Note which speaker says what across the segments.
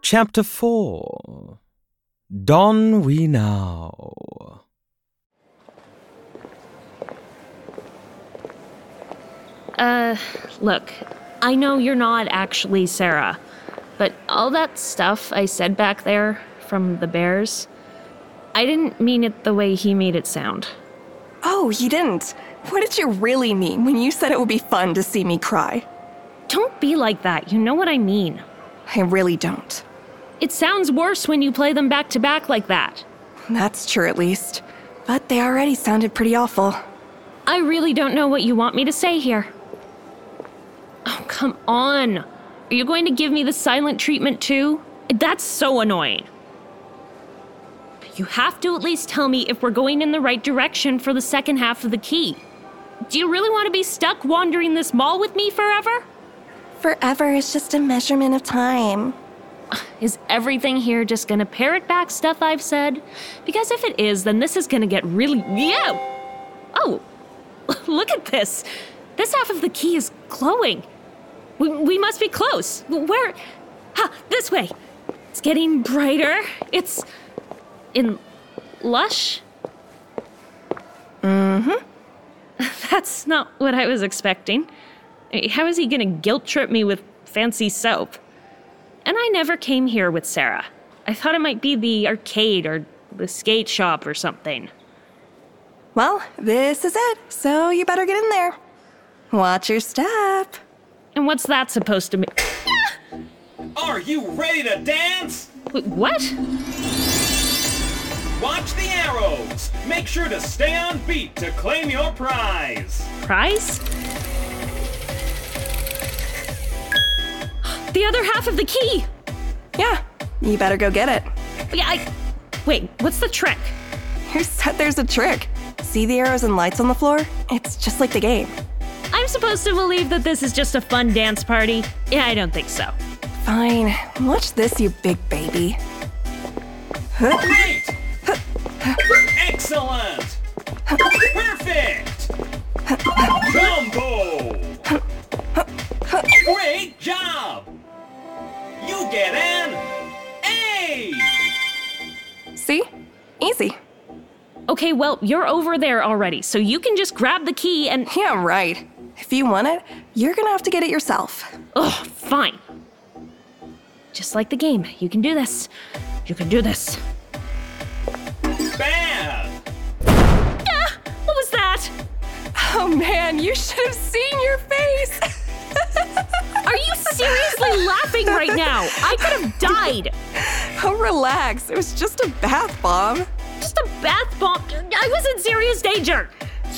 Speaker 1: Chapter 4 Don We Now.
Speaker 2: Uh, look, I know you're not actually Sarah, but all that stuff I said back there from the bears, I didn't mean it the way he made it sound.
Speaker 3: Oh, you didn't. What did you really mean when you said it would be fun to see me cry?
Speaker 2: Don't be like that, you know what I mean.
Speaker 3: I really don't.
Speaker 2: It sounds worse when you play them back to back like that.
Speaker 3: That's true, at least. But they already sounded pretty awful.
Speaker 2: I really don't know what you want me to say here. Oh, come on. Are you going to give me the silent treatment too? That's so annoying. You have to at least tell me if we're going in the right direction for the second half of the key. Do you really want to be stuck wandering this mall with me forever?
Speaker 3: Forever is just a measurement of time.
Speaker 2: Is everything here just gonna parrot back stuff I've said? Because if it is, then this is gonna get really. Yeah! Oh! Look at this! This half of the key is glowing! We, we must be close! Where? Ha! This way! It's getting brighter. It's. in. lush? Mm hmm. That's not what I was expecting. How is he gonna guilt trip me with fancy soap? And I never came here with Sarah. I thought it might be the arcade or the skate shop or something.
Speaker 3: Well, this is it, so you better get in there. Watch your step.
Speaker 2: And what's that supposed to mean?
Speaker 4: Are you ready to dance?
Speaker 2: Wait, what?
Speaker 4: Watch the arrows. Make sure to stay on beat to claim your prize.
Speaker 2: Prize? The other half of the key!
Speaker 3: Yeah, you better go get it.
Speaker 2: Yeah, I. Wait, what's the trick?
Speaker 3: Who said there's a trick? See the arrows and lights on the floor? It's just like the game.
Speaker 2: I'm supposed to believe that this is just a fun dance party? Yeah, I don't think so.
Speaker 3: Fine, watch this, you big baby.
Speaker 4: Great! Excellent! Perfect! Combo! Great job! You get an A!
Speaker 3: See? Easy.
Speaker 2: Okay, well, you're over there already, so you can just grab the key and.
Speaker 3: Yeah, right. If you want it, you're gonna have to get it yourself.
Speaker 2: Ugh, fine. Just like the game, you can do this. You can do this.
Speaker 4: Bad!
Speaker 2: Ah! What was that?
Speaker 3: Oh man, you should have seen your face!
Speaker 2: Are you seriously laughing right now? I could have died!
Speaker 3: oh, relax. It was just a bath bomb.
Speaker 2: Just a bath bomb. I was in serious danger.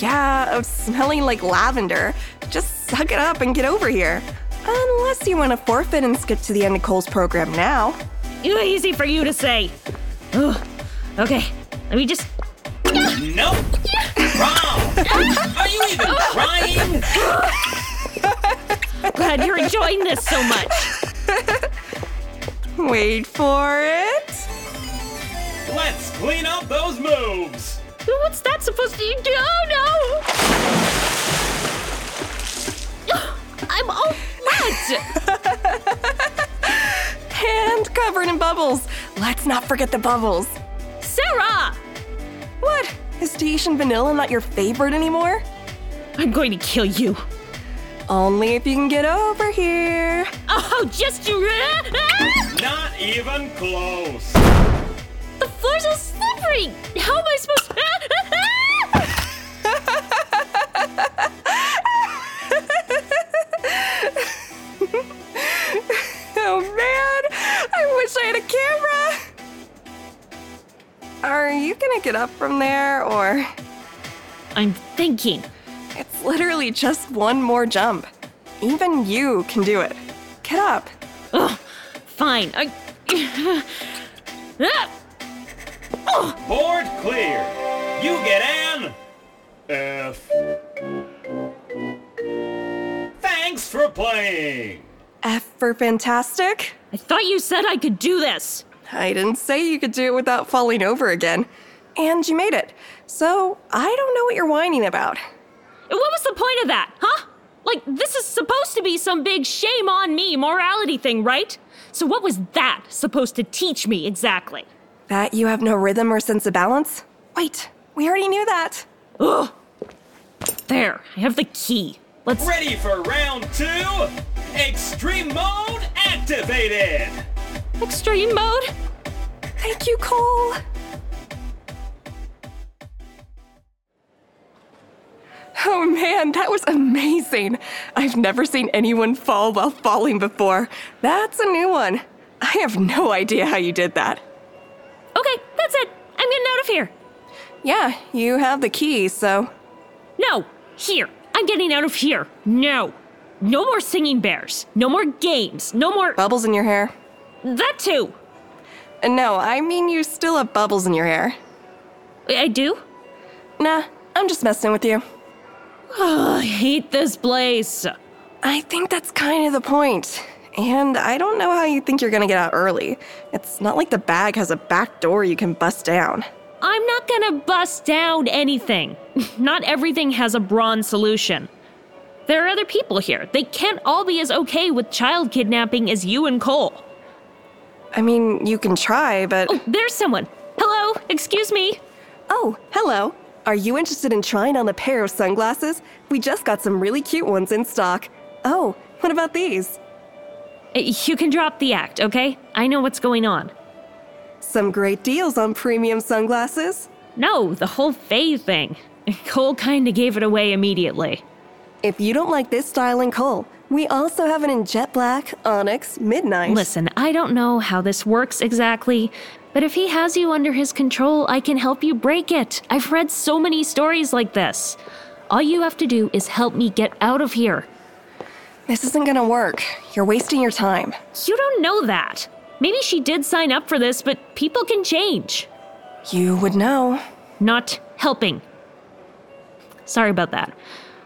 Speaker 3: Yeah, of smelling like lavender. Just suck it up and get over here. Unless you want to forfeit and skip to the end of Cole's program now.
Speaker 2: Easy for you to say. Ugh. Okay, let me just.
Speaker 4: Nope! Wrong! Are you even trying?
Speaker 2: Glad you're enjoying this so much.
Speaker 3: Wait for it.
Speaker 4: Let's clean up those moves!
Speaker 2: What's that supposed to do? Oh no! I'm all wet.
Speaker 3: Hand covered in bubbles. Let's not forget the bubbles.
Speaker 2: Sarah,
Speaker 3: What? Is Tahitian vanilla not your favorite anymore?
Speaker 2: I'm going to kill you.
Speaker 3: Only if you can get over here.
Speaker 2: Oh, just you. Ah!
Speaker 4: Not even close!
Speaker 2: The floor's all slippery. How am I supposed? uh, to...
Speaker 3: Oh man, I wish I had a camera. Are you gonna get up from there or?
Speaker 2: I'm thinking.
Speaker 3: It's literally just one more jump. Even you can do it. Get up.
Speaker 2: Fine. I... uh, Ah!
Speaker 4: Board clear! You get an F. Thanks for playing!
Speaker 3: F for fantastic.
Speaker 2: I thought you said I could do this.
Speaker 3: I didn't say you could do it without falling over again. And you made it. So I don't know what you're whining about.
Speaker 2: What was the point of that, huh? Like, this is supposed to be some big shame on me morality thing, right? So, what was that supposed to teach me exactly?
Speaker 3: That you have no rhythm or sense of balance? Wait, we already knew that.
Speaker 2: There, I have the key. Let's.
Speaker 4: Ready for round two? Extreme mode activated!
Speaker 2: Extreme mode?
Speaker 3: Thank you, Cole. Oh man, that was amazing. I've never seen anyone fall while falling before. That's a new one. I have no idea how you did that.
Speaker 2: Okay, that's it. I'm getting out of here.
Speaker 3: Yeah, you have the key, so
Speaker 2: No, here. I'm getting out of here. No. No more singing bears. No more games. No more.
Speaker 3: bubbles in your hair.
Speaker 2: That too.
Speaker 3: Uh, No, I mean you still have bubbles in your hair.
Speaker 2: I I do?
Speaker 3: Nah, I'm just messing with you.
Speaker 2: Ugh, I hate this place.
Speaker 3: I think that's kind of the point. And I don't know how you think you're gonna get out early. It's not like the bag has a back door you can bust down.
Speaker 2: I'm not gonna bust down anything. Not everything has a bronze solution. There are other people here. They can't all be as okay with child kidnapping as you and Cole.
Speaker 3: I mean, you can try, but.
Speaker 2: There's someone. Hello, excuse me.
Speaker 3: Oh, hello. Are you interested in trying on a pair of sunglasses? We just got some really cute ones in stock. Oh, what about these?
Speaker 2: Uh, You can drop the act, okay? I know what's going on.
Speaker 3: Some great deals on premium sunglasses.
Speaker 2: No, the whole Faye thing. Cole kinda gave it away immediately.
Speaker 3: If you don't like this style in Cole, we also have it in jet black, onyx, midnight.
Speaker 2: Listen, I don't know how this works exactly, but if he has you under his control, I can help you break it. I've read so many stories like this. All you have to do is help me get out of here.
Speaker 3: This isn't gonna work. You're wasting your time.
Speaker 2: You don't know that. Maybe she did sign up for this, but people can change.
Speaker 3: You would know.
Speaker 2: Not helping. Sorry about that.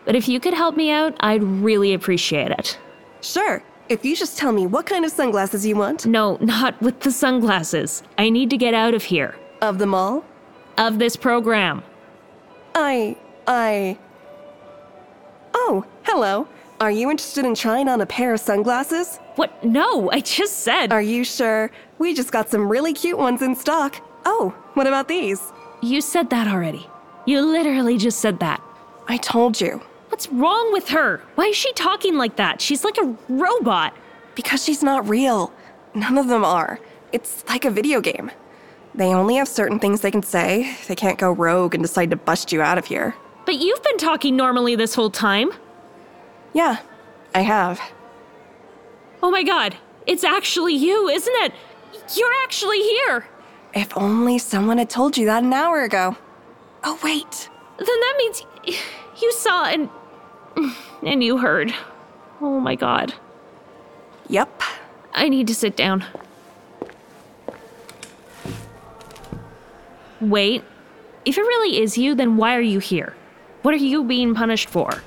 Speaker 2: But if you could help me out, I'd really appreciate it.
Speaker 3: Sure. If you just tell me what kind of sunglasses you want,
Speaker 2: No, not with the sunglasses. I need to get out of here.
Speaker 3: of them all,
Speaker 2: Of this program.
Speaker 3: I. I. Oh, hello. Are you interested in trying on a pair of sunglasses?
Speaker 2: What? No, I just said.
Speaker 3: Are you sure? We just got some really cute ones in stock. Oh, what about these?
Speaker 2: You said that already. You literally just said that.
Speaker 3: I told you.
Speaker 2: What's wrong with her? Why is she talking like that? She's like a robot.
Speaker 3: Because she's not real. None of them are. It's like a video game. They only have certain things they can say. They can't go rogue and decide to bust you out of here.
Speaker 2: But you've been talking normally this whole time.
Speaker 3: Yeah, I have.
Speaker 2: Oh my god, it's actually you, isn't it? You're actually here.
Speaker 3: If only someone had told you that an hour ago. Oh, wait.
Speaker 2: Then that means you saw and and you heard. Oh my god.
Speaker 3: Yep.
Speaker 2: I need to sit down. Wait. If it really is you, then why are you here? What are you being punished for?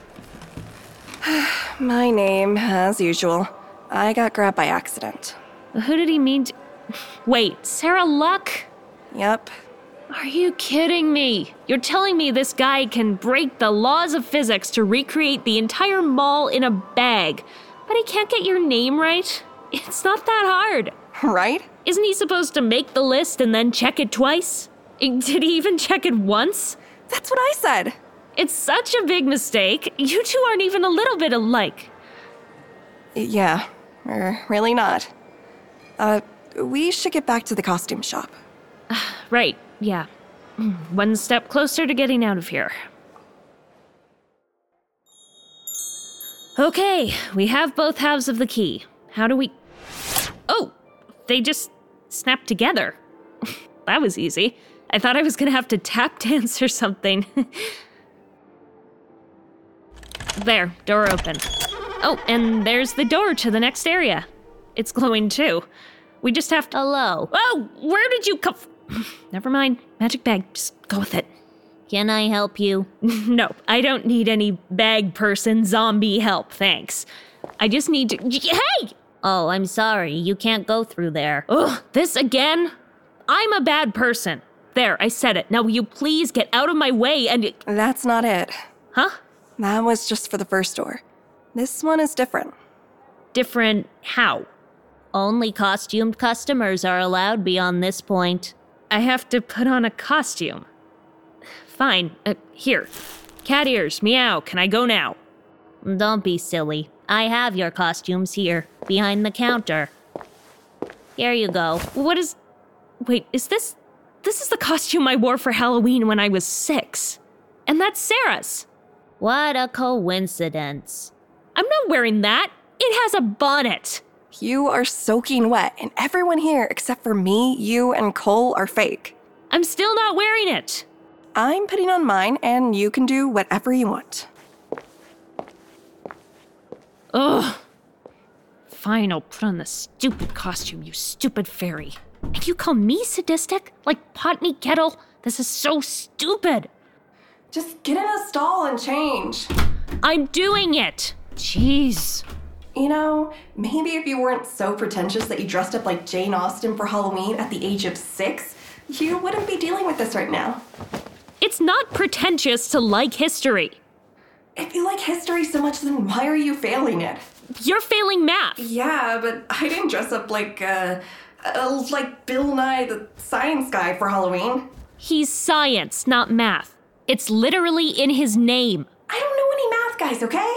Speaker 3: My name, as usual. I got grabbed by accident.
Speaker 2: Who did he mean to? Wait, Sarah Luck?
Speaker 3: Yep.
Speaker 2: Are you kidding me? You're telling me this guy can break the laws of physics to recreate the entire mall in a bag, but he can't get your name right? It's not that hard.
Speaker 3: Right?
Speaker 2: Isn't he supposed to make the list and then check it twice? Eh, Did he even check it once?
Speaker 3: That's what I said.
Speaker 2: It's such a big mistake. You two aren't even a little bit alike.
Speaker 3: Yeah, er, really not. Uh, we should get back to the costume shop.
Speaker 2: Right, yeah. One step closer to getting out of here. Okay, we have both halves of the key. How do we. Oh! They just snapped together. that was easy. I thought I was gonna have to tap dance or something. there, door open. Oh, and there's the door to the next area. It's glowing too. We just have to. Hello. Oh, where did you come? Never mind. Magic bag. Just go with it. Can I help you? no, I don't need any bag person zombie help, thanks. I just need to. Y- Hey! Oh, I'm sorry. You can't go through there. Ugh, this again? I'm a bad person. There, I said it. Now, will you please get out of my way and.
Speaker 3: That's not it.
Speaker 2: Huh?
Speaker 3: That was just for the first door. This one is different.
Speaker 2: Different how? Only costumed customers are allowed beyond this point. I have to put on a costume. Fine, uh, here. Cat ears, meow, can I go now? Don't be silly. I have your costumes here, behind the counter. Here you go. What is. Wait, is this. This is the costume I wore for Halloween when I was six. And that's Sarah's. What a coincidence. I'm not wearing that. It has a bonnet.
Speaker 3: You are soaking wet, and everyone here except for me, you, and Cole are fake.
Speaker 2: I'm still not wearing it.
Speaker 3: I'm putting on mine, and you can do whatever you want.
Speaker 2: Ugh. Fine, I'll put on the stupid costume, you stupid fairy. And you call me sadistic? Like Potney Kettle? This is so stupid.
Speaker 3: Just get in a stall and change.
Speaker 2: I'm doing it. Jeez.
Speaker 3: You know, maybe if you weren't so pretentious that you dressed up like Jane Austen for Halloween at the age of six, you wouldn't be dealing with this right now.
Speaker 2: It's not pretentious to like history.
Speaker 3: If you like history so much, then why are you failing it?
Speaker 2: You're failing math.
Speaker 3: Yeah, but I didn't dress up like, uh, uh like Bill Nye the science guy for Halloween.
Speaker 2: He's science, not math. It's literally in his name.
Speaker 3: I don't know any math guys, okay?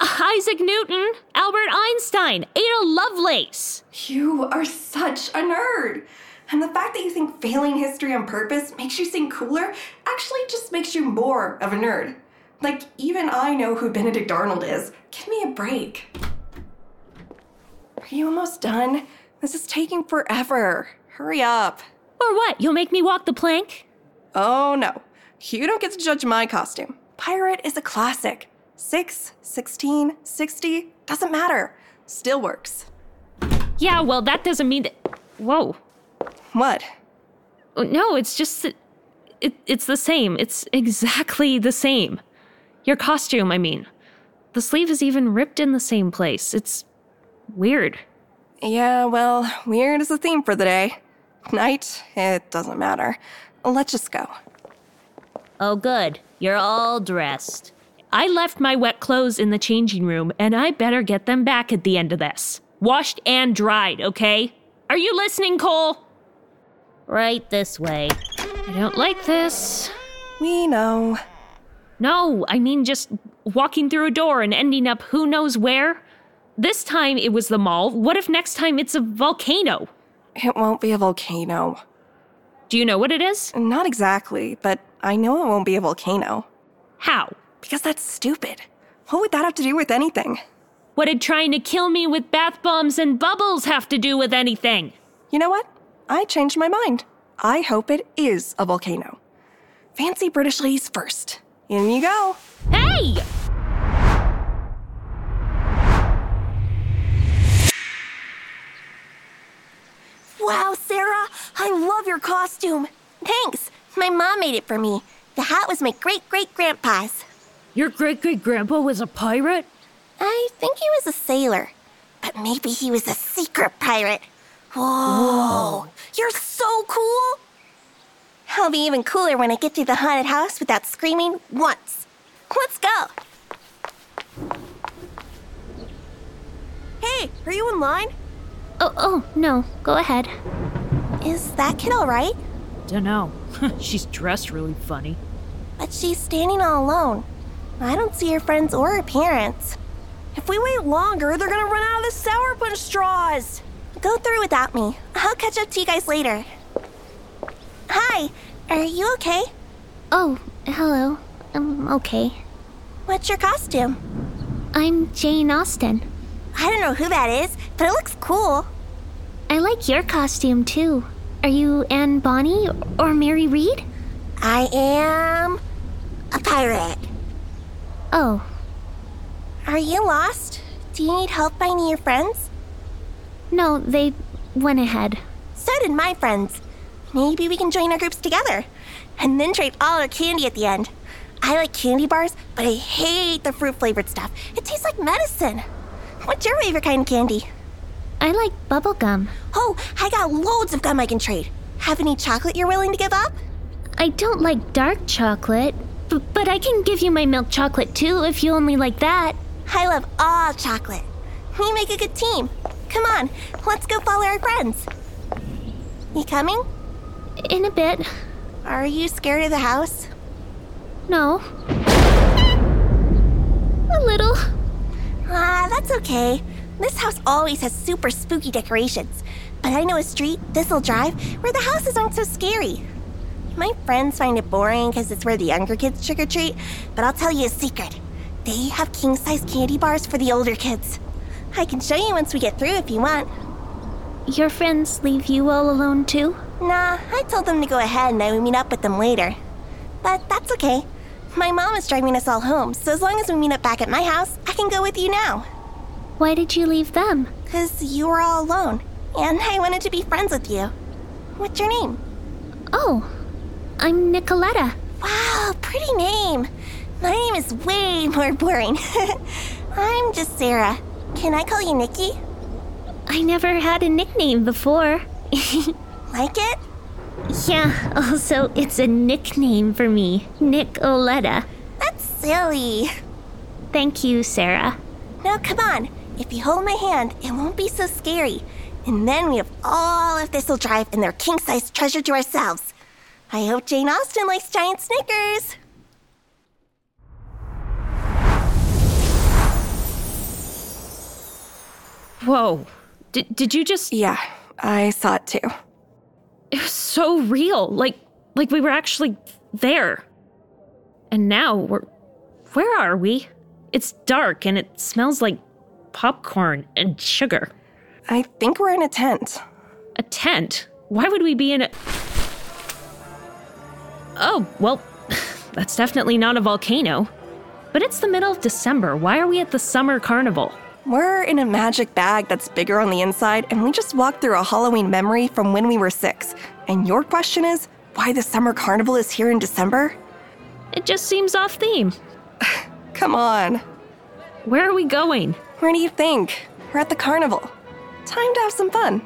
Speaker 2: Isaac Newton, Albert Einstein, Ada Lovelace.
Speaker 3: You are such a nerd. And the fact that you think failing history on purpose makes you seem cooler actually just makes you more of a nerd. Like, even I know who Benedict Arnold is. Give me a break. Are you almost done? This is taking forever. Hurry up.
Speaker 2: Or what? You'll make me walk the plank?
Speaker 3: Oh no, you don't get to judge my costume. Pirate is a classic. 6, 16, 60, doesn't matter. Still works.
Speaker 2: Yeah, well, that doesn't mean that. Whoa.
Speaker 3: What?
Speaker 2: Oh, No, it's just that it, it's the same. It's exactly the same. Your costume, I mean. The sleeve is even ripped in the same place. It's weird.
Speaker 3: Yeah, well, weird is the theme for the day. Night, it doesn't matter. Let's just go.
Speaker 2: Oh, good. You're all dressed. I left my wet clothes in the changing room, and I better get them back at the end of this. Washed and dried, okay? Are you listening, Cole? Right this way. I don't like this.
Speaker 3: We know.
Speaker 2: No, I mean just walking through a door and ending up who knows where. This time it was the mall. What if next time it's a volcano?
Speaker 3: It won't be a volcano.
Speaker 2: Do you know what it is?
Speaker 3: Not exactly, but I know it won't be a volcano.
Speaker 2: How?
Speaker 3: Because that's stupid. What would that have to do with anything?
Speaker 2: What did trying to kill me with bath bombs and bubbles have to do with anything?
Speaker 3: You know what? I changed my mind. I hope it is a volcano. Fancy British ladies first. In you go.
Speaker 2: Hey!
Speaker 5: Wow, Sarah, I love your costume. Thanks. My mom made it for me. The hat was my great great grandpa's.
Speaker 2: Your great great grandpa was a pirate?
Speaker 5: I think he was a sailor, but maybe he was a secret pirate. Whoa, you're so cool! I'll be even cooler when I get to the haunted house without screaming once. Let's go! Hey, are you in line?
Speaker 6: Oh, oh, no. Go ahead.
Speaker 5: Is that kid alright?
Speaker 2: Dunno. She's dressed really funny.
Speaker 5: But she's standing all alone. I don't see her friends or her parents. If we wait longer, they're gonna run out of the sour punch straws. Go through without me. I'll catch up to you guys later. Hi, are you okay?
Speaker 6: Oh, hello. I'm okay.
Speaker 5: What's your costume?
Speaker 6: I'm Jane Austen.
Speaker 5: I don't know who that is, but it looks cool.
Speaker 6: I like your costume too. Are you Anne Bonny or Mary Read?
Speaker 5: I am a pirate.
Speaker 6: Oh,
Speaker 5: Are you lost? Do you need help finding your friends?
Speaker 6: no, they went ahead.
Speaker 5: So did my friends. Maybe we can join our groups together and then trade all our candy at the end. I like candy bars, but I hate the fruit flavored stuff. It tastes like medicine. What's your favorite kind of candy?
Speaker 6: I like bubblegum.
Speaker 5: Oh, I got loads of gum I can trade. Have any chocolate you're willing to give up?
Speaker 6: I don't like dark chocolate, b- but I can give you my milk chocolate too if you only like that.
Speaker 5: I love all chocolate. We make a good team. Come on, let's go follow our friends. You coming?
Speaker 6: In a bit.
Speaker 5: Are you scared of the house?
Speaker 6: No. A little.
Speaker 5: Ah, that's okay. This house always has super spooky decorations. But I know a street, Thistle Drive, where the houses aren't so scary. My friends find it boring because it's where the younger kids trick or treat, but I'll tell you a secret. They have king size candy bars for the older kids. I can show you once we get through if you want.
Speaker 6: Your friends leave you all alone too?
Speaker 5: Nah, I told them to go ahead and I would meet up with them later. But that's okay. My mom is driving us all home, so as long as we meet up back at my house, I can go with you now.
Speaker 6: Why did you leave them?
Speaker 5: Because you were all alone, and I wanted to be friends with you. What's your name?
Speaker 6: Oh, I'm Nicoletta.
Speaker 5: Wow, pretty name. My name is way more boring. I'm just Sarah. Can I call you Nikki?
Speaker 6: I never had a nickname before.
Speaker 5: Like it?
Speaker 6: Yeah, also, it's a nickname for me Nicoletta.
Speaker 5: That's silly.
Speaker 6: Thank you, Sarah.
Speaker 5: Now, come on. If you hold my hand, it won't be so scary. And then we have all of Thistle Drive and their king size treasure to ourselves. I hope Jane Austen likes giant Snickers.
Speaker 2: Whoa. D- did you just.
Speaker 3: Yeah, I saw it too.
Speaker 2: It was so real. Like, like we were actually there. And now we're. Where are we? It's dark and it smells like popcorn and sugar.
Speaker 3: I think we're in a tent.
Speaker 2: A tent? Why would we be in a. Oh, well, that's definitely not a volcano. But it's the middle of December. Why are we at the summer carnival?
Speaker 3: We're in a magic bag that's bigger on the inside, and we just walked through a Halloween memory from when we were six. And your question is why the summer carnival is here in December?
Speaker 2: It just seems off theme.
Speaker 3: Come on.
Speaker 2: Where are we going?
Speaker 3: Where do you think? We're at the carnival. Time to have some fun.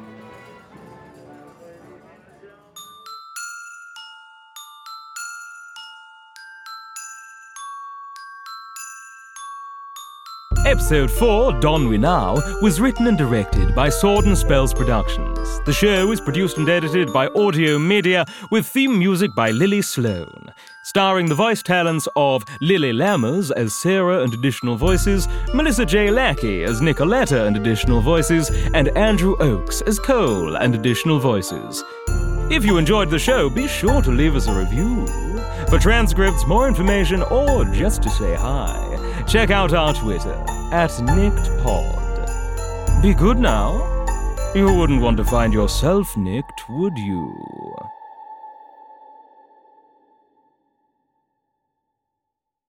Speaker 4: Episode 4, Don We Now, was written and directed by Sword and Spells Productions. The show is produced and edited by Audio Media, with theme music by Lily Sloan. Starring the voice talents of Lily Lammers as Sarah and additional voices, Melissa J. Lackey as Nicoletta and additional voices, and Andrew Oakes as Cole and additional voices. If you enjoyed the show, be sure to leave us a review. For transcripts, more information, or just to say hi, check out our Twitter at NickedPod. Be good now. You wouldn't want to find yourself nicked, would you?